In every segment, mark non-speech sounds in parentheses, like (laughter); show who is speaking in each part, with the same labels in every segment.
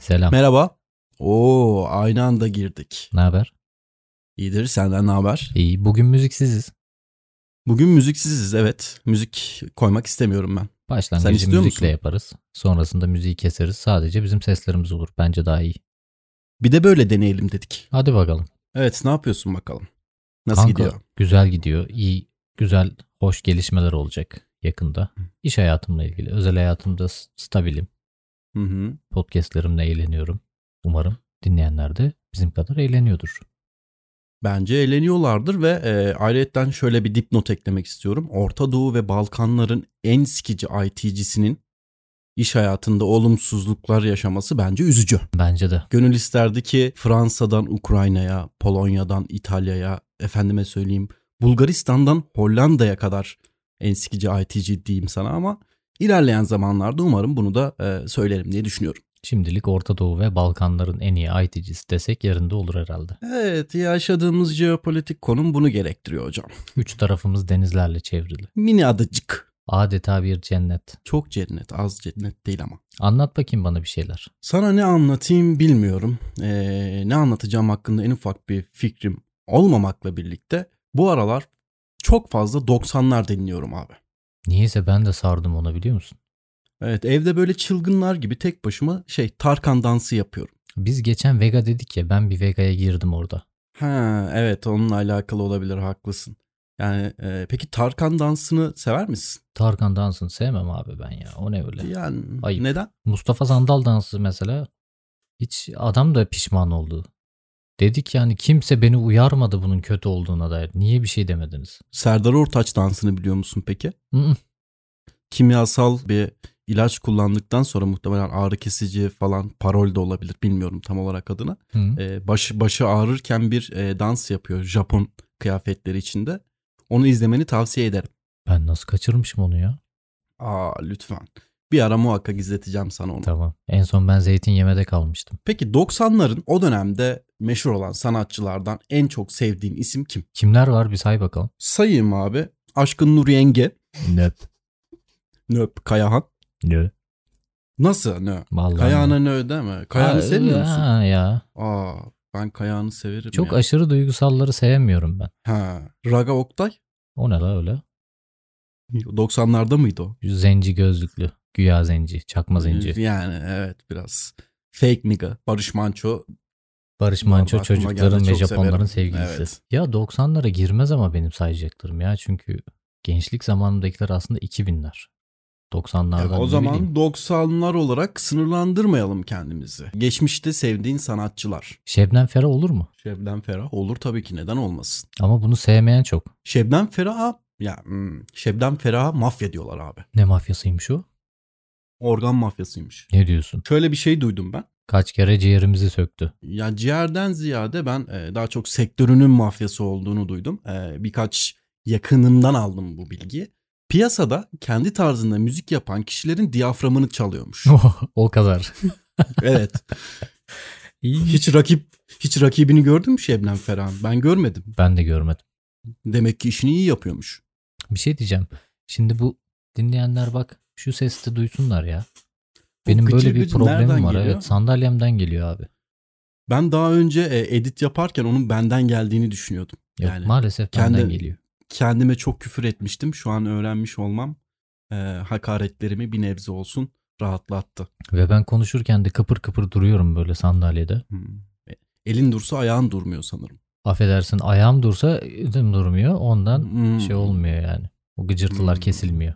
Speaker 1: Selam.
Speaker 2: Merhaba. Oo aynı anda girdik.
Speaker 1: ne haber?
Speaker 2: İyidir senden ne haber?
Speaker 1: İyi. Bugün müziksiziz.
Speaker 2: Bugün müziksiziz evet. Müzik koymak istemiyorum ben. Sen
Speaker 1: Başlangıcı
Speaker 2: istiyor
Speaker 1: müzikle
Speaker 2: musun?
Speaker 1: yaparız. Sonrasında müziği keseriz. Sadece bizim seslerimiz olur. Bence daha iyi.
Speaker 2: Bir de böyle deneyelim dedik.
Speaker 1: Hadi bakalım.
Speaker 2: Evet ne yapıyorsun bakalım? Nasıl
Speaker 1: Kanka,
Speaker 2: gidiyor?
Speaker 1: Güzel gidiyor. İyi, güzel, hoş gelişmeler olacak yakında. İş hayatımla ilgili. Özel hayatımda s- stabilim.
Speaker 2: Hı hı.
Speaker 1: Podcastlerimle eğleniyorum. Umarım dinleyenler de bizim kadar eğleniyordur.
Speaker 2: Bence eğleniyorlardır ve e, ayrıyetten şöyle bir dipnot eklemek istiyorum. Orta Doğu ve Balkanların en sikici IT'cisinin iş hayatında olumsuzluklar yaşaması bence üzücü.
Speaker 1: Bence de.
Speaker 2: Gönül isterdi ki Fransa'dan Ukrayna'ya, Polonya'dan İtalya'ya, efendime söyleyeyim Bulgaristan'dan Hollanda'ya kadar en sikici ITC diyeyim sana ama ilerleyen zamanlarda umarım bunu da e, söylerim diye düşünüyorum.
Speaker 1: Şimdilik Orta Doğu ve Balkanların en iyi IT'cisi desek yerinde olur herhalde.
Speaker 2: Evet yaşadığımız jeopolitik konum bunu gerektiriyor hocam.
Speaker 1: Üç tarafımız denizlerle çevrili.
Speaker 2: Mini adacık.
Speaker 1: Adeta bir cennet.
Speaker 2: Çok cennet az cennet değil ama.
Speaker 1: Anlat bakayım bana bir şeyler.
Speaker 2: Sana ne anlatayım bilmiyorum. E, ne anlatacağım hakkında en ufak bir fikrim olmamakla birlikte bu aralar çok fazla 90'lar dinliyorum abi.
Speaker 1: Niyeyse ben de sardım ona biliyor musun?
Speaker 2: Evet evde böyle çılgınlar gibi tek başıma şey Tarkan dansı yapıyorum.
Speaker 1: Biz geçen Vega dedik ya ben bir Vega'ya girdim orada.
Speaker 2: Ha evet onunla alakalı olabilir haklısın. Yani e, peki Tarkan dansını sever misin?
Speaker 1: Tarkan dansını sevmem abi ben ya. O ne öyle?
Speaker 2: Yani
Speaker 1: Ayıp.
Speaker 2: neden?
Speaker 1: Mustafa Sandal dansı mesela hiç adam da pişman oldu. Dedik yani kimse beni uyarmadı bunun kötü olduğuna dair. Niye bir şey demediniz?
Speaker 2: Serdar Ortaç dansını biliyor musun peki?
Speaker 1: Mm,
Speaker 2: Kimyasal bir ilaç kullandıktan sonra muhtemelen ağrı kesici falan parol de olabilir bilmiyorum tam olarak adını.
Speaker 1: mm.
Speaker 2: E, başı başı ağrırken bir e, dans yapıyor Japon kıyafetleri içinde. Onu izlemeni tavsiye ederim.
Speaker 1: Ben nasıl kaçırmışım onu ya?
Speaker 2: Aa lütfen. Bir ara muhakkak izleteceğim sana onu.
Speaker 1: Tamam. En son ben zeytin yemede kalmıştım.
Speaker 2: Peki 90'ların o dönemde meşhur olan sanatçılardan en çok sevdiğin isim kim?
Speaker 1: Kimler var bir say bakalım.
Speaker 2: Sayayım abi. Aşkın Nur Yenge.
Speaker 1: Nöp.
Speaker 2: Nöp Kayahan.
Speaker 1: Nö.
Speaker 2: Nasıl nö?
Speaker 1: Vallahi.
Speaker 2: Kayahan'a nö deme. Kayahan'ı
Speaker 1: Ha,
Speaker 2: sevmiyor musun?
Speaker 1: ha ya.
Speaker 2: Aa ben Kayahan'ı severim
Speaker 1: Çok
Speaker 2: ya.
Speaker 1: aşırı duygusalları sevmiyorum ben.
Speaker 2: ha. Raga Oktay.
Speaker 1: O ne la öyle?
Speaker 2: 90'larda mıydı o?
Speaker 1: Zenci gözlüklü. Güya zenci. Çakma zenci.
Speaker 2: Yani evet biraz. Fake nigga. Barış Manço.
Speaker 1: Barış
Speaker 2: Vallahi
Speaker 1: Manço
Speaker 2: aklıma
Speaker 1: çocukların
Speaker 2: geldi,
Speaker 1: ve
Speaker 2: çok
Speaker 1: Japonların
Speaker 2: severim.
Speaker 1: sevgilisi.
Speaker 2: Evet.
Speaker 1: Ya 90'lara girmez ama benim sayacaklarım ya. Çünkü gençlik zamanındakiler aslında 2000'ler. 90'lardan
Speaker 2: o
Speaker 1: ne
Speaker 2: zaman
Speaker 1: bileyim.
Speaker 2: 90'lar olarak sınırlandırmayalım kendimizi. Geçmişte sevdiğin sanatçılar.
Speaker 1: Şebnem Ferah olur mu?
Speaker 2: Şebnem Ferah olur tabii ki neden olmasın.
Speaker 1: Ama bunu sevmeyen çok.
Speaker 2: Şebnem Ferah'a ya hmm, Şebnem Ferah'a mafya diyorlar abi.
Speaker 1: Ne mafyasıymış o?
Speaker 2: Organ mafyasıymış.
Speaker 1: Ne diyorsun?
Speaker 2: Şöyle bir şey duydum ben.
Speaker 1: Kaç kere ciğerimizi
Speaker 2: (laughs)
Speaker 1: söktü.
Speaker 2: Ya ciğerden ziyade ben e, daha çok sektörünün mafyası olduğunu duydum. E, birkaç yakınımdan aldım bu bilgiyi. Piyasada kendi tarzında müzik yapan kişilerin
Speaker 1: (laughs)
Speaker 2: diyaframını çalıyormuş.
Speaker 1: o kadar.
Speaker 2: evet. Hiç rakip hiç rakibini gördün mü Şebnem Ferah'ın? Ben görmedim.
Speaker 1: Ben de görmedim.
Speaker 2: Demek ki işini iyi yapıyormuş.
Speaker 1: Bir şey diyeceğim. Şimdi bu dinleyenler bak şu sesi de duysunlar ya. Benim
Speaker 2: gıcır
Speaker 1: böyle bir
Speaker 2: gıcır nereden
Speaker 1: problemim var.
Speaker 2: geliyor?
Speaker 1: Evet sandalyemden geliyor abi.
Speaker 2: Ben daha önce e, edit yaparken onun benden geldiğini düşünüyordum.
Speaker 1: Yok,
Speaker 2: Yani
Speaker 1: maalesef
Speaker 2: kendi-
Speaker 1: benden geliyor.
Speaker 2: kendime çok küfür etmiştim. Şu an öğrenmiş olmam e, hakaretlerimi bir nebze olsun rahatlattı.
Speaker 1: Ve ben konuşurken de kıpır kıpır duruyorum böyle sandalyede.
Speaker 2: Hmm. E, Elin dursa ayağın durmuyor sanırım.
Speaker 1: Affedersin ayağım dursa elim durmuyor. Ondan
Speaker 2: Hmm.
Speaker 1: şey olmuyor yani. O gıcırtılar
Speaker 2: Hmm.
Speaker 1: kesilmiyor.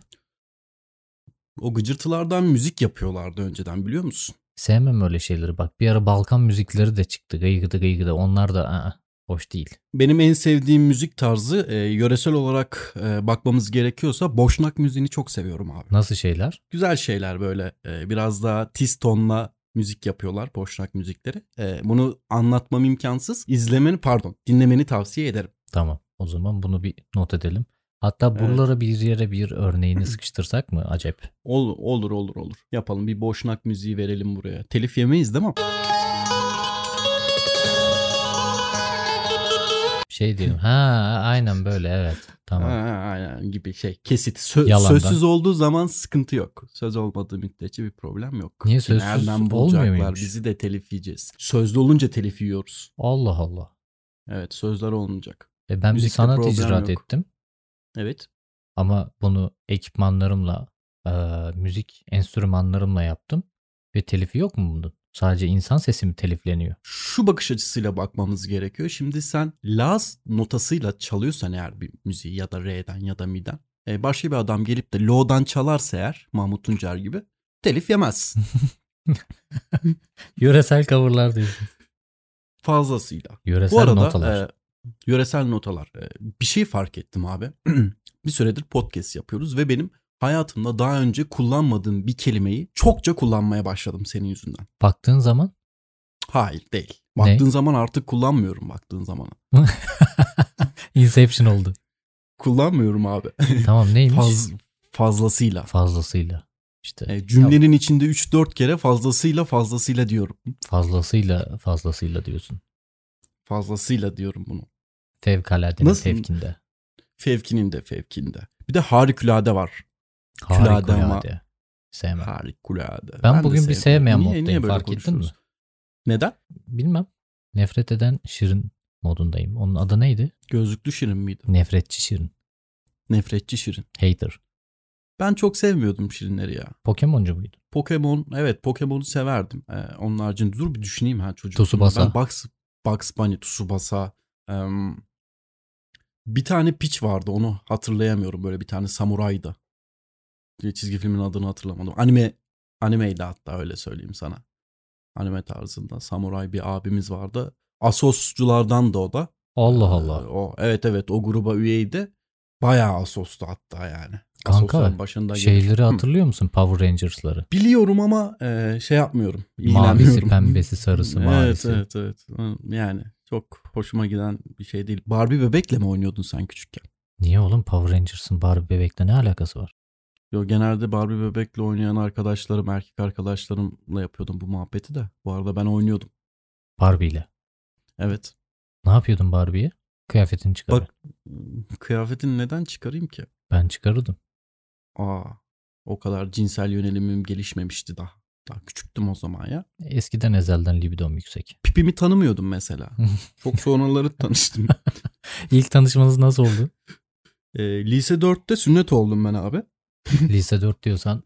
Speaker 2: O gıcırtılardan müzik yapıyorlardı önceden biliyor musun?
Speaker 1: Sevmem öyle şeyleri. Bak bir ara Balkan müzikleri de çıktı. Gıygıdı gıygıdı. Onlar da aa, hoş değil.
Speaker 2: Benim en sevdiğim müzik tarzı e, yöresel olarak e, bakmamız gerekiyorsa boşnak müziğini çok seviyorum abi.
Speaker 1: Nasıl şeyler?
Speaker 2: Güzel şeyler böyle e, biraz daha tiz tonla müzik yapıyorlar boşnak müzikleri. E, bunu anlatmam imkansız. İzlemeni pardon dinlemeni tavsiye ederim.
Speaker 1: Tamam. O zaman bunu bir not edelim. Hatta
Speaker 2: Evet.
Speaker 1: buralara bir yere bir
Speaker 2: (clears throat)
Speaker 1: örneğini sıkıştırsak mı acep?
Speaker 2: Ol, olur olur olur. Yapalım bir boşnak müziği verelim buraya. Telif yemeyiz değil mi?
Speaker 1: Şey diyelim. Ha aynen böyle evet. Tamam.
Speaker 2: Ha, aynen gibi şey kesit. Sö-
Speaker 1: Yalandan.
Speaker 2: sözsüz olduğu zaman sıkıntı yok. Söz olmadığı müddetçe bir problem yok.
Speaker 1: Niye sözsüz
Speaker 2: Nereden
Speaker 1: olmuyor
Speaker 2: bulacaklar?
Speaker 1: muymuş?
Speaker 2: Bizi de telif yiyeceğiz. Sözlü olunca telif yiyoruz.
Speaker 1: Allah Allah.
Speaker 2: Evet sözler olmayacak.
Speaker 1: E ben bir
Speaker 2: Müzikte
Speaker 1: sanat
Speaker 2: problem
Speaker 1: icraat
Speaker 2: yok.
Speaker 1: ettim.
Speaker 2: Evet.
Speaker 1: Ama bunu ekipmanlarımla, e, müzik enstrümanlarımla yaptım. Ve telifi yok mu bunun? Sadece insan sesi mi telifleniyor?
Speaker 2: Şu bakış açısıyla bakmamız gerekiyor. Şimdi sen Laz notasıyla çalıyorsan eğer bir müziği ya da Re'den ya da Mi'den. e, başka bir adam gelip de Lo'dan çalarsa eğer Mahmut Tuncer gibi telif yemez.
Speaker 1: (laughs) Yöresel coverlar diyorsun.
Speaker 2: Fazlasıyla.
Speaker 1: Yöresel
Speaker 2: Bu arada
Speaker 1: notalar.
Speaker 2: e, yöresel notalar. E, bir şey fark ettim abi. (clears throat) bir süredir podcast yapıyoruz ve benim hayatımda daha önce kullanmadığım bir kelimeyi çokça kullanmaya başladım senin yüzünden.
Speaker 1: Baktığın zaman
Speaker 2: Hayır değil.
Speaker 1: Ne?
Speaker 2: Baktığın zaman artık kullanmıyorum baktığın zaman.
Speaker 1: Inception
Speaker 2: (laughs)
Speaker 1: oldu.
Speaker 2: Kullanmıyorum abi.
Speaker 1: Tamam neymiş?
Speaker 2: Faz, fazlasıyla.
Speaker 1: Fazlasıyla. İşte
Speaker 2: E, cümlenin içinde 3-4 kere fazlasıyla fazlasıyla diyorum.
Speaker 1: fazlasıyla fazlasıyla diyorsun.
Speaker 2: Fazlasıyla diyorum bunu.
Speaker 1: Fevkaladenin
Speaker 2: Nasıl?
Speaker 1: tevkinde.
Speaker 2: Fevkinin de fevkinde. Bir de harikulade var. Külade ama-
Speaker 1: Harikulade. Sevmem.
Speaker 2: Harikulade.
Speaker 1: Ben
Speaker 2: de
Speaker 1: bugün bir
Speaker 2: sevmiyorum.
Speaker 1: sevmeyen
Speaker 2: Niye-
Speaker 1: moddayım,
Speaker 2: niye böyle
Speaker 1: fark ettin mi?
Speaker 2: konuşuyoruz? Neden?
Speaker 1: Bilmem. Nefret eden Şirin modundayım. Onun adı neydi?
Speaker 2: Gözlüklü şirin miydi?
Speaker 1: Nefretçi Şirin.
Speaker 2: Nefretçi şirin.
Speaker 1: Hater.
Speaker 2: Ben çok sevmiyordum şirinleri ya.
Speaker 1: Pokemoncu muydu?
Speaker 2: Pokemon evet Pokemon'u severdim. Ee, onun haricinde dur bir düşüneyim ha çocuk.
Speaker 1: Tsubasa.
Speaker 2: Ben Bugs, Bugs Bunny, Tsubasa. em, bir tane piç vardı onu hatırlayamıyorum böyle bir tane samuraydı. Diye Çizgi filmin adını hatırlamadım. Anime animeydi hatta öyle söyleyeyim sana. Anime tarzında samuray bir abimiz vardı. Asosculardan da o da.
Speaker 1: Allah
Speaker 2: Ee,
Speaker 1: Allah.
Speaker 2: O evet evet o gruba üyeydi. Bayağı asostu hatta yani.
Speaker 1: Kanka,
Speaker 2: Asosların başında gelir.
Speaker 1: Şeyleri
Speaker 2: Hı.
Speaker 1: hatırlıyor musun? Power Rangers'ları.
Speaker 2: Biliyorum ama e, şey yapmıyorum.
Speaker 1: Mavisi,
Speaker 2: ilgilenmiyorum.
Speaker 1: pembesi, sarısı, mavisi.
Speaker 2: Evet evet evet. Yani çok hoşuma giden bir şey değil. Barbie bebekle mi oynuyordun sen küçükken?
Speaker 1: Niye oğlum Power Rangers'ın Barbie bebekle ne alakası var?
Speaker 2: Yo genelde Barbie bebekle oynayan arkadaşlarım, erkek arkadaşlarımla yapıyordum bu muhabbeti de. Bu arada ben oynuyordum.
Speaker 1: Barbie ile.
Speaker 2: Evet.
Speaker 1: Ne yapıyordun Barbie'ye? Kıyafetini çıkarır.
Speaker 2: Bak ım, kıyafetini neden çıkarayım ki?
Speaker 1: Ben çıkarırdım.
Speaker 2: Aa o kadar cinsel yönelimim gelişmemişti daha. Daha küçüktüm o zaman ya.
Speaker 1: Eskiden ezelden libidom yüksek.
Speaker 2: Pipimi tanımıyordum
Speaker 1: (laughs)
Speaker 2: mesela. Çok sonraları tanıştım.
Speaker 1: İlk tanışmanız nasıl
Speaker 2: (laughs)
Speaker 1: oldu?
Speaker 2: Ee, lise 4'te sünnet oldum ben abi.
Speaker 1: Lise 4 diyorsan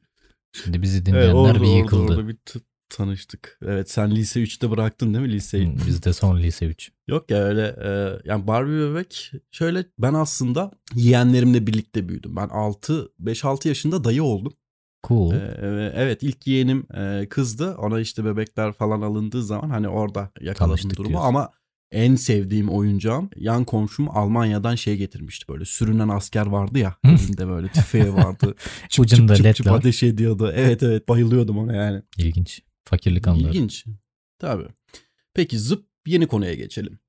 Speaker 1: şimdi bizi dinleyenler
Speaker 2: Evet,
Speaker 1: bir yıkıldı.
Speaker 2: Orada, bir t- tanıştık. Evet sen lise 3'te bıraktın değil mi liseyi?
Speaker 1: Hı, Hmm, Biz de son lise 3.
Speaker 2: Yok ya öyle e, yani Barbie bebek şöyle ben aslında yeğenlerimle birlikte büyüdüm. Ben 6 5-6 yaşında dayı oldum.
Speaker 1: Cool.
Speaker 2: E, e, evet ilk yeğenim e, kızdı. Ona işte bebekler falan alındığı zaman hani orada yakaladım
Speaker 1: Tanıştık
Speaker 2: durumu
Speaker 1: diyorsun.
Speaker 2: ama en sevdiğim oyuncağım yan komşum Almanya'dan şey getirmişti böyle sürünen asker vardı ya elinde böyle
Speaker 1: (laughs)
Speaker 2: tüfeği vardı. çıp
Speaker 1: Ucunda
Speaker 2: çıp çıp
Speaker 1: led
Speaker 2: çıp
Speaker 1: var.
Speaker 2: ateş ediyordu. Evet evet bayılıyordum ona yani.
Speaker 1: İlginç. Fakirlik anları.
Speaker 2: İlginç. Tabii. Peki zıp yeni konuya geçelim.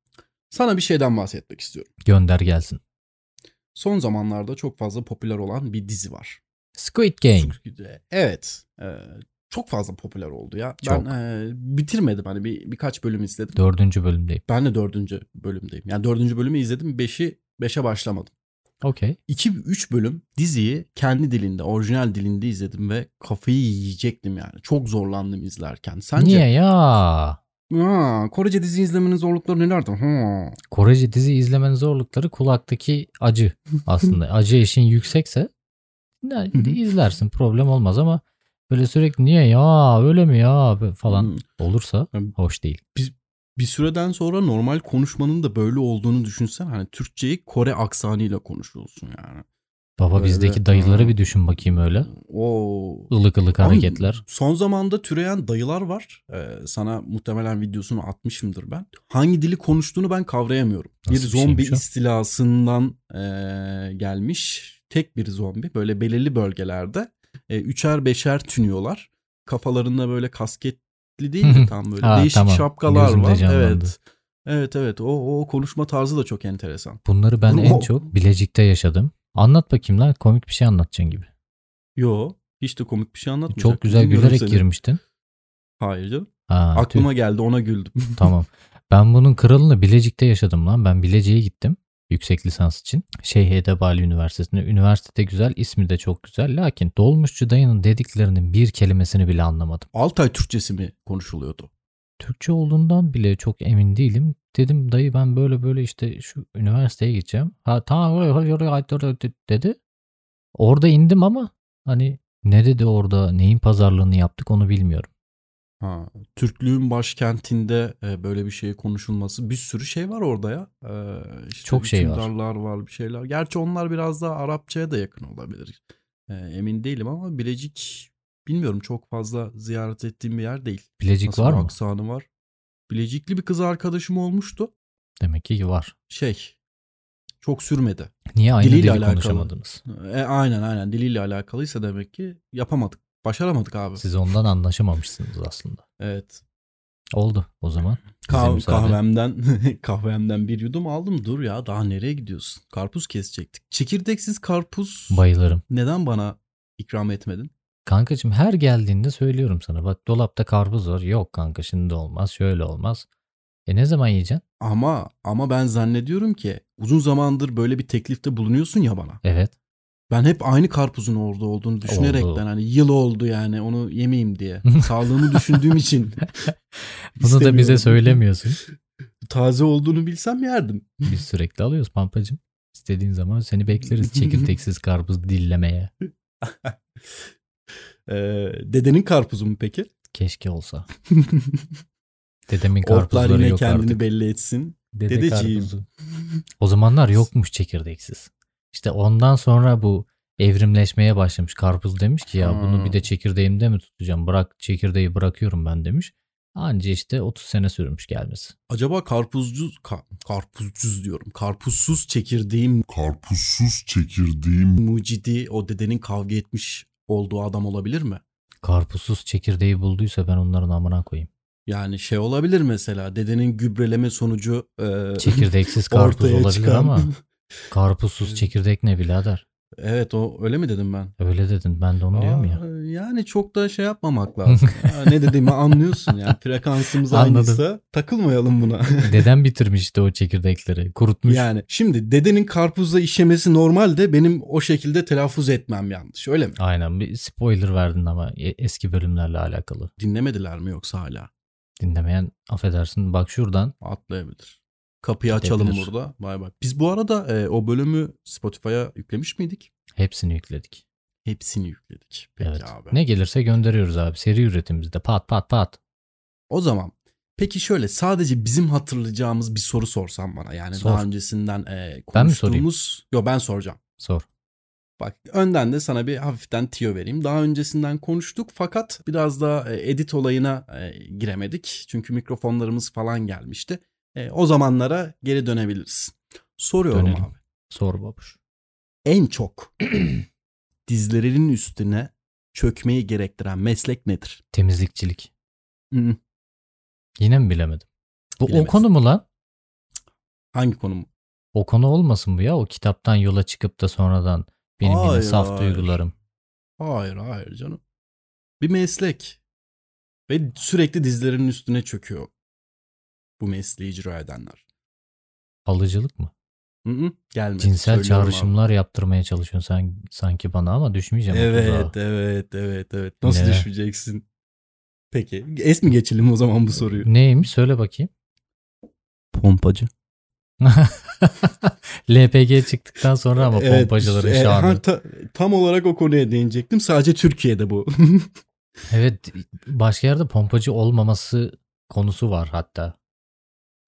Speaker 2: Sana bir şeyden bahsetmek istiyorum.
Speaker 1: Gönder gelsin.
Speaker 2: Son zamanlarda çok fazla popüler olan bir dizi var.
Speaker 1: Squid Game.
Speaker 2: Evet. e, çok fazla popüler oldu ya.
Speaker 1: Çok.
Speaker 2: Ben e, bitirmedim hani bir birkaç bölüm izledim.
Speaker 1: Dördüncü bölümdeyim.
Speaker 2: Ben de dördüncü bölümdeyim. Yani dördüncü bölümü izledim. Beşi beşe başlamadım.
Speaker 1: Okey.
Speaker 2: 2-3 bölüm diziyi kendi dilinde, orijinal dilinde izledim ve kafayı yiyecektim yani. Çok zorlandım izlerken. Sence?
Speaker 1: Niye ya?
Speaker 2: Ha, Korece dizi izlemenin zorlukları nelerdi? Ha.
Speaker 1: Korece dizi izlemenin zorlukları kulaktaki acı
Speaker 2: (laughs)
Speaker 1: aslında. acı eşin yüksekse ne-
Speaker 2: Hı hı.
Speaker 1: izlersin problem olmaz ama böyle sürekli niye ya öyle mi ya be- falan
Speaker 2: Hmm.
Speaker 1: olursa
Speaker 2: Ben-
Speaker 1: hoş değil.
Speaker 2: Bir süreden sonra normal konuşmanın da böyle olduğunu düşünsen hani Türkçeyi Kore aksanıyla konuşuyorsun yani.
Speaker 1: Baba
Speaker 2: Öyle.
Speaker 1: bizdeki dayıları
Speaker 2: Hmm.
Speaker 1: bir düşün bakayım öyle.
Speaker 2: Oo.
Speaker 1: Ilık ılık hareketler.
Speaker 2: Ama son zamanda türeyen dayılar var. Ee, sana muhtemelen videosunu atmışımdır ben. Hangi dili konuştuğunu ben kavrayamıyorum. bir
Speaker 1: Nasıl bir
Speaker 2: zombi
Speaker 1: şeymiş o?
Speaker 2: istilasından ee, gelmiş tek bir zombi böyle belirli bölgelerde ee, üçer beşer tünüyorlar. Kafalarında böyle kasketli değil
Speaker 1: Hı
Speaker 2: de
Speaker 1: hı.
Speaker 2: tam
Speaker 1: (laughs)
Speaker 2: böyle
Speaker 1: Ha,
Speaker 2: değişik
Speaker 1: tamam.
Speaker 2: şapkalar
Speaker 1: Gözümde
Speaker 2: var.
Speaker 1: canlandı.
Speaker 2: Evet. Evet evet o, o konuşma tarzı da çok enteresan.
Speaker 1: Bunları ben
Speaker 2: Bunu-
Speaker 1: en çok Bilecik'te yaşadım. Anlat bakayım lan komik bir şey anlatacaksın gibi.
Speaker 2: Yo hiç de komik bir şey anlatmayacak.
Speaker 1: Çok güzel
Speaker 2: Dinliyorum
Speaker 1: gülerek
Speaker 2: seni.
Speaker 1: girmiştin.
Speaker 2: Hayır canım.
Speaker 1: Ha, tüh.
Speaker 2: Aklıma geldi ona güldüm. (laughs)
Speaker 1: Tamam. Ben bunun kralını Bilecik'te yaşadım lan. Ben Bilecik'e gittim yüksek lisans için. Şeyh Edebali Üniversitesi'nde. Üniversitede güzel, ismi de çok güzel. Lakin dolmuşçu dayının dediklerinin bir kelimesini bile anlamadım.
Speaker 2: Altay Türkçesi mi konuşuluyordu?
Speaker 1: Türkçe olduğundan bile çok emin değilim. Dedim dayı ben böyle böyle işte şu üniversiteye gideceğim. Ha tamam dedi. Orada indim ama hani ne dedi orada neyin pazarlığını yaptık onu bilmiyorum.
Speaker 2: Ha, Türklüğün başkentinde e, böyle bir şey konuşulması bir sürü şey var orada ya. E, işte
Speaker 1: Çok şey var.
Speaker 2: hükümdarlar var bir şeyler. Gerçi onlar biraz daha Arapçaya da yakın olabilir. E, emin değilim ama Bilecik bilmiyorum çok fazla ziyaret ettiğim bir yer değil.
Speaker 1: Bilecik
Speaker 2: Nasıl
Speaker 1: var
Speaker 2: bir
Speaker 1: mı?
Speaker 2: aksanı var. Bilecikli bir kız arkadaşım olmuştu.
Speaker 1: Demek ki var.
Speaker 2: Şey çok sürmedi.
Speaker 1: Niye aynı
Speaker 2: Diliyle
Speaker 1: dili
Speaker 2: alakalı.
Speaker 1: konuşamadınız?
Speaker 2: E, aynen aynen diliyle alakalıysa demek ki yapamadık. Başaramadık abi.
Speaker 1: Siz ondan anlaşamamışsınız aslında.
Speaker 2: Evet.
Speaker 1: Oldu o zaman. Bize
Speaker 2: Kah-
Speaker 1: müsaade.
Speaker 2: kahvemden (laughs) kahvemden bir yudum aldım. Dur ya daha nereye gidiyorsun? Karpuz kesecektik. Çekirdeksiz karpuz
Speaker 1: Bayılırım.
Speaker 2: neden bana ikram etmedin?
Speaker 1: Kankacığım her geldiğinde söylüyorum sana. Bak dolapta karpuz var. Yok kanka şimdi olmaz. Şöyle olmaz. E ne zaman yiyeceksin?
Speaker 2: Ama ama ben zannediyorum ki uzun zamandır böyle bir teklifte bulunuyorsun ya bana.
Speaker 1: Evet.
Speaker 2: Ben hep aynı karpuzun orada olduğunu düşünerek
Speaker 1: Oldu.
Speaker 2: ben hani yıl oldu yani onu
Speaker 1: (laughs)
Speaker 2: yemeyeyim diye. Sağlığımı düşündüğüm için.
Speaker 1: Bunu da bize
Speaker 2: İstemiyorum.
Speaker 1: söylemiyorsun.
Speaker 2: Taze olduğunu bilsem yerdim.
Speaker 1: Biz sürekli alıyoruz pampacığım. İstediğin zaman seni bekleriz
Speaker 2: (laughs)
Speaker 1: çekirdeksiz karpuz dillemeye.
Speaker 2: Ee, dedenin karpuzu mu peki?
Speaker 1: Keşke
Speaker 2: (laughs)
Speaker 1: olsa. Dedemin
Speaker 2: Otlar
Speaker 1: karpuzları
Speaker 2: yine
Speaker 1: yok
Speaker 2: kendini
Speaker 1: artık.
Speaker 2: belli etsin.
Speaker 1: Dede
Speaker 2: dedeciğim.
Speaker 1: O zamanlar yokmuş çekirdeksiz. İşte ondan sonra bu evrimleşmeye başlamış. Karpuz demiş ki ya bunu bir de
Speaker 2: Hmm.
Speaker 1: çekirdeğimde mi tutacağım? Bırak çekirdeği bırakıyorum ben demiş. Anca işte 30 sene sürmüş gelmesi.
Speaker 2: Acaba karpuzcu ka- karpuzcuz diyorum. Karpuzsuz çekirdeğim
Speaker 3: Karpuzsuz çekirdeğim
Speaker 2: mucidi o dedenin kavga etmiş olduğu adam olabilir mi?
Speaker 1: Karpuzsuz çekirdeği bulduysa ben onların amına
Speaker 2: (laughs)
Speaker 1: koyayım.
Speaker 2: Yani şey olabilir mesela dedenin gübreleme sonucu e,
Speaker 1: Çekirdeksiz karpuz
Speaker 2: ortaya
Speaker 1: olabilir
Speaker 2: çıkan. (laughs)
Speaker 1: ama karpuzsuz
Speaker 2: Evet.
Speaker 1: çekirdek ne birader?
Speaker 2: (laughs) evet o öyle mi dedim ben?
Speaker 1: Öyle dedin ben de onu diyorum ya.
Speaker 2: Aa, Yani çok da şey
Speaker 1: (laughs)
Speaker 2: yapmamak lazım. Aa, ne dediğimi anlıyorsun yani frekansımız
Speaker 1: Anladım.
Speaker 2: aynıysa takılmayalım buna.
Speaker 1: Dedem bitirmiş işte o çekirdekleri. Kurutmuş.
Speaker 2: (laughs) yani şimdi dedenin karpuzla işemesi normal de benim o şekilde telaffuz etmem yanlış öyle mi?
Speaker 1: Aynen bir spoiler verdin ama e- eski bölümlerle alakalı.
Speaker 2: Dinlemediler mi yoksa hala?
Speaker 1: Dinlemeyen affedersin bak şuradan
Speaker 2: Atlayabilir. Kapıyı açalım
Speaker 1: Gidebilir.
Speaker 2: burada. Bay bay. Biz bu arada e, o bölümü Spotify'a yüklemiş miydik?
Speaker 1: hepsini yükledik.
Speaker 2: Hepsini yükledik. Peki
Speaker 1: evet.
Speaker 2: abi.
Speaker 1: Ne gelirse gönderiyoruz abi. Seri üretimimizde pat pat pat.
Speaker 2: O zaman peki şöyle sadece bizim hatırlayacağımız bir soru sorsam bana. Yani
Speaker 1: Sor.
Speaker 2: daha öncesinden e,
Speaker 1: Ben mi sorayım?
Speaker 2: konuştuğumuz... Yo ben soracağım.
Speaker 1: Sor.
Speaker 2: Bak önden de sana bir hafiften tiyo vereyim. Daha öncesinden konuştuk fakat biraz daha e, edit olayına e, giremedik. Çünkü mikrofonlarımız falan gelmişti. E, o zamanlara geri dönebiliriz. Soruyorum
Speaker 1: Dönelim.
Speaker 2: abi.
Speaker 1: Sor babuş.
Speaker 2: en çok (clears throat) dizlerinin üstüne çökmeyi gerektiren meslek nedir?
Speaker 1: Temizlikçilik.
Speaker 2: Hı.
Speaker 1: Yine mi bilemedim? Bu o
Speaker 2: Bilemezsin.
Speaker 1: konu mu lan?
Speaker 2: Hangi konu? mu?
Speaker 1: O konu olmasın bu ya. O kitaptan yola çıkıp da sonradan benim yine
Speaker 2: Hayır,
Speaker 1: saf
Speaker 2: hayır.
Speaker 1: duygularım.
Speaker 2: Hayır hayır canım. Bir meslek. Ve sürekli dizlerinin üstüne çöküyor bu mesleği icra edenler.
Speaker 1: Alıcılık mı?
Speaker 2: Hı hı, Gelmedi.
Speaker 1: Cinsel
Speaker 2: Söylüyorum abi.
Speaker 1: çağrışımlar yaptırmaya çalışıyorsun sen sanki bana ama düşmeyeceğim o tuzağa.
Speaker 2: Evet evet evet evet. Nasıl
Speaker 1: Ne?
Speaker 2: düşmeyeceksin? Peki es mi geçelim o zaman bu soruyu?
Speaker 1: Neymiş söyle bakayım. (laughs)
Speaker 2: Pompacı.
Speaker 1: LPG çıktıktan sonra ama pompacıların
Speaker 2: e,
Speaker 1: şanı.
Speaker 2: ha, ta- tam olarak o konuya değinecektim. Sadece Türkiye'de bu. (laughs)
Speaker 1: Evet başka yerde pompacı olmaması konusu var hatta.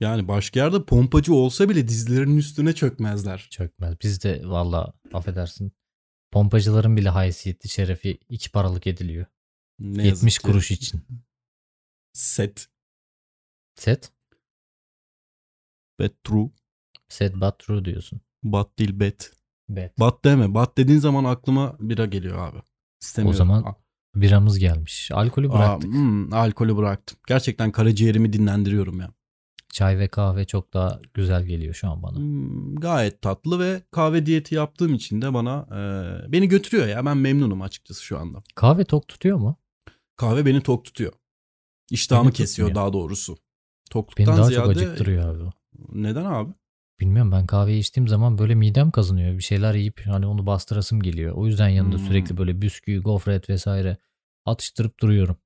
Speaker 2: Yani başka yerde pompacı olsa bile dizlerinin üstüne çökmezler.
Speaker 1: Çökmez. Biz de valla affedersin. Pompacıların bile haysiyetli şerefi iki paralık ediliyor. 70
Speaker 2: Ne yazık ki.
Speaker 1: kuruş için.
Speaker 2: Set.
Speaker 1: Set.
Speaker 2: Bet true.
Speaker 1: Set but true diyorsun.
Speaker 2: Bat değil bet.
Speaker 1: Bet.
Speaker 2: Bat deme. Bat dediğin zaman aklıma bira geliyor abi. İstemiyorum.
Speaker 1: O zaman
Speaker 2: Aa,
Speaker 1: Biramız gelmiş. Alkolü bıraktık.
Speaker 2: hmm, alkolü bıraktım. Gerçekten karaciğerimi dinlendiriyorum ya.
Speaker 1: Çay ve kahve çok daha güzel geliyor şu an bana.
Speaker 2: Hmm, gayet tatlı ve kahve diyeti yaptığım için de bana e, beni götürüyor ya. Ben memnunum açıkçası şu anda.
Speaker 1: Kahve tok tutuyor mu?
Speaker 2: Kahve beni tok tutuyor. İştahımı
Speaker 1: Beni
Speaker 2: kesiyor
Speaker 1: tutmuyor.
Speaker 2: daha doğrusu.
Speaker 1: Beni
Speaker 2: Tokluktan
Speaker 1: daha çok
Speaker 2: ziyade
Speaker 1: acıktırıyor abi. o.
Speaker 2: neden abi?
Speaker 1: Bilmiyorum ben kahve içtiğim zaman böyle midem kazanıyor. Bir şeyler yiyip hani onu bastırasım geliyor. O yüzden yanında
Speaker 2: Hmm.
Speaker 1: sürekli böyle bisküvi, gofret vesaire atıştırıp duruyorum.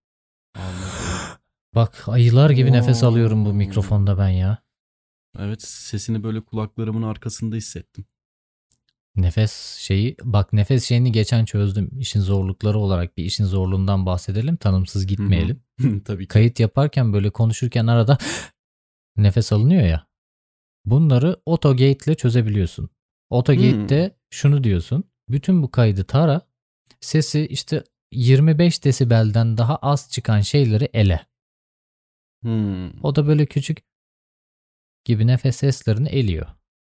Speaker 1: Bak ayılar gibi nefes alıyorum bu
Speaker 2: Oo.
Speaker 1: mikrofonda ben ya.
Speaker 2: Evet sesini böyle kulaklarımın arkasında hissettim.
Speaker 1: Nefes şeyi bak nefes şeyini geçen çözdüm. İşin zorlukları olarak bir işin zorluğundan bahsedelim. Tanımsız gitmeyelim.
Speaker 2: (laughs) Tabii ki.
Speaker 1: Kayıt yaparken böyle konuşurken arada (gasps) nefes alınıyor ya. Bunları AutoGate ile çözebiliyorsun. AutoGate'de şunu diyorsun. Bütün bu kaydı tara. Sesi işte 25 desibelden daha az çıkan şeyleri ele.
Speaker 2: Hmm.
Speaker 1: O da böyle küçük gibi nefes seslerini eliyor.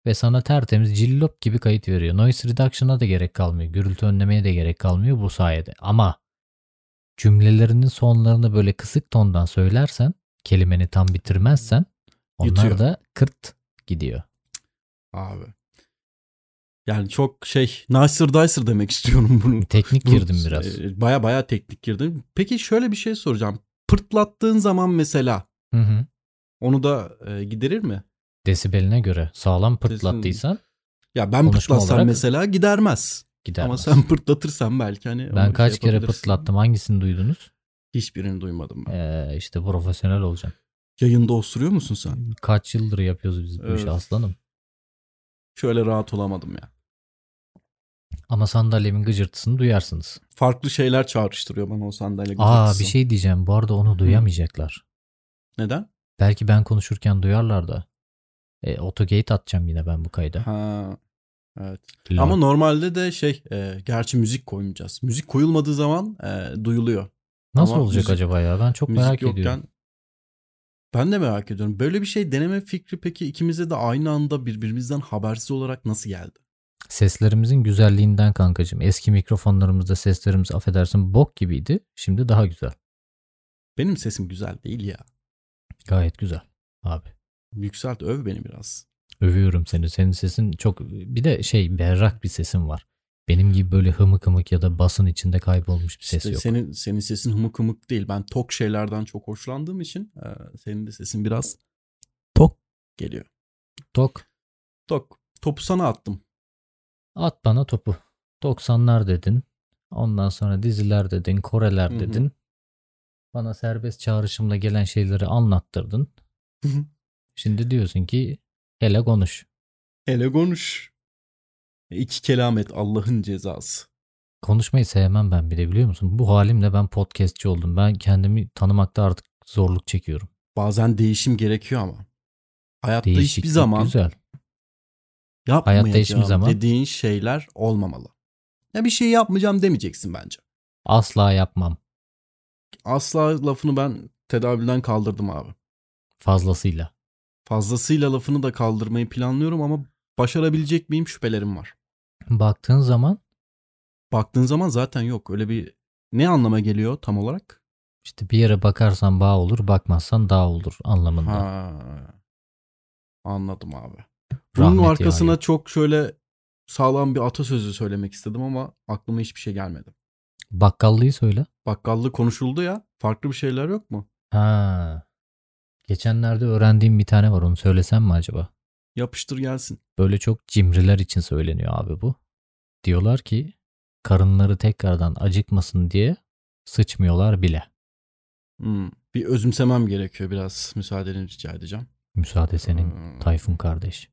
Speaker 1: Ve sana tertemiz cillop gibi kayıt veriyor. Noise reduction'a da gerek kalmıyor. Gürültü önlemeye de gerek kalmıyor bu sayede. Ama cümlelerinin sonlarını böyle kısık tondan söylersen, kelimeni tam bitirmezsen onlar
Speaker 2: Yutuyor.
Speaker 1: da kırt gidiyor.
Speaker 2: Abi. Yani çok şey nicer dicer demek istiyorum bunu.
Speaker 1: Teknik
Speaker 2: Bu-
Speaker 1: girdim biraz.
Speaker 2: e, Baya baya teknik girdim. Peki şöyle bir şey soracağım. Pırtlattığın zaman mesela
Speaker 1: Hı hı.
Speaker 2: onu da e, giderir mi?
Speaker 1: Desibeline göre sağlam pırtlattıysan
Speaker 2: Ya ben
Speaker 1: Konuşma
Speaker 2: pırtlatsam
Speaker 1: olarak-
Speaker 2: mesela gidermez.
Speaker 1: gidermez.
Speaker 2: Ama sen (laughs) pırtlatırsan belki hani onu
Speaker 1: ben
Speaker 2: şey
Speaker 1: kaç kere
Speaker 2: yapabilirsin.
Speaker 1: pırtlattım hangisini duydunuz?
Speaker 2: Hiçbirini duymadım ben.
Speaker 1: Ee, işte profesyonel olacağım.
Speaker 2: Yayında osuruyor musun sen?
Speaker 1: Kaç yıldır yapıyoruz biz bu işi
Speaker 2: Öf.
Speaker 1: aslanım.
Speaker 2: Şöyle rahat olamadım ya.
Speaker 1: Ama sandalyemin gıcırtısını duyarsınız.
Speaker 2: Farklı şeyler çağrıştırıyor bana o sandalye.
Speaker 1: Aa
Speaker 2: gıcırtısı.
Speaker 1: bir şey diyeceğim. Bu arada onu duyamayacaklar.
Speaker 2: Neden?
Speaker 1: Belki ben konuşurken duyarlar da. E, autogate atacağım yine ben bu kayda.
Speaker 2: Ha. Evet.
Speaker 1: Lol.
Speaker 2: Ama normalde de şey, e, gerçi müzik koymayacağız. Müzik koyulmadığı zaman e, duyuluyor.
Speaker 1: Nasıl
Speaker 2: ama
Speaker 1: olacak
Speaker 2: müzik-
Speaker 1: acaba ya? Ben çok
Speaker 2: müzik
Speaker 1: merak
Speaker 2: yokken
Speaker 1: ediyorum.
Speaker 2: ben de merak ediyorum. Böyle bir şey deneme fikri peki ikimize de aynı anda birbirimizden habersiz olarak nasıl geldi?
Speaker 1: Seslerimizin güzelliğinden kankacığım. Eski mikrofonlarımızda seslerimiz affedersin bok gibiydi. Şimdi daha güzel.
Speaker 2: Benim sesim güzel değil ya.
Speaker 1: Gayet güzel abi.
Speaker 2: Yükselt öv beni biraz.
Speaker 1: Övüyorum seni. Senin sesin çok bir de şey berrak bir sesin var. Benim gibi böyle hımık hımık ya da basın içinde kaybolmuş bir ses
Speaker 2: İşte
Speaker 1: yok.
Speaker 2: Senin senin sesin hımık hımık değil. Ben tok şeylerden çok hoşlandığım için e, senin de sesin biraz tok geliyor.
Speaker 1: Tok
Speaker 2: Tok. Topu sana attım.
Speaker 1: At bana topu. 90'lar dedin. Ondan sonra diziler dedin, Koreler
Speaker 2: Hı hı.
Speaker 1: dedin. Bana serbest çağrışımla gelen şeyleri anlattırdın.
Speaker 2: Hı hı.
Speaker 1: Şimdi diyorsun ki hele konuş.
Speaker 2: Hele konuş. İki kelam et Allah'ın cezası.
Speaker 1: Konuşmayı sevmem ben bir de biliyor musun? Bu halimle ben podcastçi oldum. Ben kendimi tanımakta artık zorluk çekiyorum.
Speaker 2: Bazen değişim gerekiyor ama. Hayatta
Speaker 1: Değişiklik
Speaker 2: hiçbir zaman
Speaker 1: güzel. Hayatta hiçbir
Speaker 2: yapmayacağım
Speaker 1: zaman-
Speaker 2: dediğin şeyler olmamalı. Ya bir şey yapmayacağım demeyeceksin bence.
Speaker 1: Asla yapmam
Speaker 2: Asla lafını ben tedavülden kaldırdım abi.
Speaker 1: fazlasıyla.
Speaker 2: Fazlasıyla lafını da kaldırmayı planlıyorum ama başarabilecek miyim şüphelerim var.
Speaker 1: Baktığın zaman
Speaker 2: Baktığın zaman zaten yok. Öyle bir ne anlama geliyor tam olarak?
Speaker 1: işte bir yere bakarsan bağ olur, bakmazsan dağ olur anlamında.
Speaker 2: Ha. Anladım abi. Bunun
Speaker 1: Rahmet
Speaker 2: arkasına
Speaker 1: yağıyor.
Speaker 2: çok şöyle sağlam bir atasözü söylemek istedim ama aklıma hiçbir şey gelmedi.
Speaker 1: Bakkallıyı söyle.
Speaker 2: Bakkallı konuşuldu ya. Farklı bir şeyler yok mu?
Speaker 1: Ha. Geçenlerde öğrendiğim bir tane var onu söylesem mi acaba?
Speaker 2: Yapıştır gelsin.
Speaker 1: Böyle çok cimriler için söyleniyor abi bu. Diyorlar ki karınları tekrardan acıkmasın diye sıçmıyorlar bile.
Speaker 2: Hmm. Bir özümsemem gerekiyor biraz. Müsaadeni rica edeceğim.
Speaker 1: Müsaade senin
Speaker 2: Hmm.
Speaker 1: Tayfun kardeş.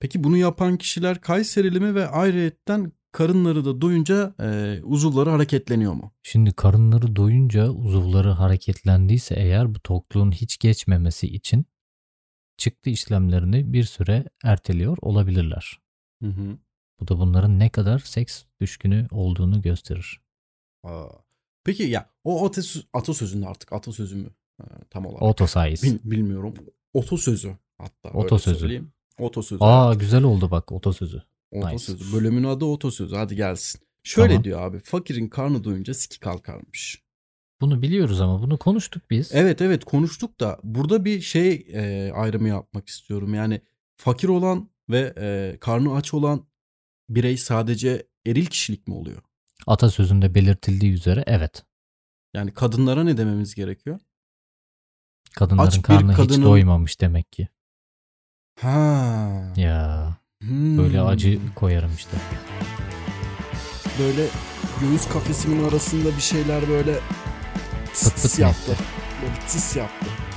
Speaker 2: Peki bunu yapan kişiler Kayserili mi ve ayrıyetten karınları da doyunca e, uzuvları hareketleniyor mu?
Speaker 1: Şimdi karınları doyunca uzuvları hareketlendiyse eğer bu tokluğun hiç geçmemesi için çıktı işlemlerini bir süre erteliyor olabilirler.
Speaker 2: Hı hı.
Speaker 1: Bu da bunların ne kadar seks düşkünü olduğunu gösterir.
Speaker 2: Aa. Peki ya o atasö- atasözünde artık atasözü mü Ee, tam olarak?
Speaker 1: Oto size.
Speaker 2: Bil- bilmiyorum. Otosözü hatta. öyle
Speaker 1: Otosözü.
Speaker 2: söyleyeyim. Otosözü.
Speaker 1: Aa
Speaker 2: evet.
Speaker 1: güzel oldu bak otosözü.
Speaker 2: Otosözü. Bölümün adı otosözü. Hadi gelsin. Şöyle
Speaker 1: Tamam.
Speaker 2: diyor abi. Fakirin karnı doyunca siki kalkarmış.
Speaker 1: Bunu biliyoruz ama bunu konuştuk biz.
Speaker 2: Evet evet konuştuk da burada bir şey e, ayrımı yapmak istiyorum. Yani fakir olan ve e, karnı aç olan birey sadece eril kişilik mi oluyor?
Speaker 1: Atasözünde belirtildiği üzere evet.
Speaker 2: Yani kadınlara ne dememiz gerekiyor?
Speaker 1: Kadınların
Speaker 2: Aç bir
Speaker 1: karnı hiç
Speaker 2: kadının-
Speaker 1: doymamış demek ki.
Speaker 2: Ha.
Speaker 1: Ya
Speaker 2: Hmm.
Speaker 1: böyle acı koyarım işte.
Speaker 2: Hmm. böyle göğüs kafesimin arasında bir şeyler böyle
Speaker 1: Fıt fıt
Speaker 2: tıs
Speaker 1: mı
Speaker 2: yaptı.
Speaker 1: etti?
Speaker 2: Böyle tıs yaptı.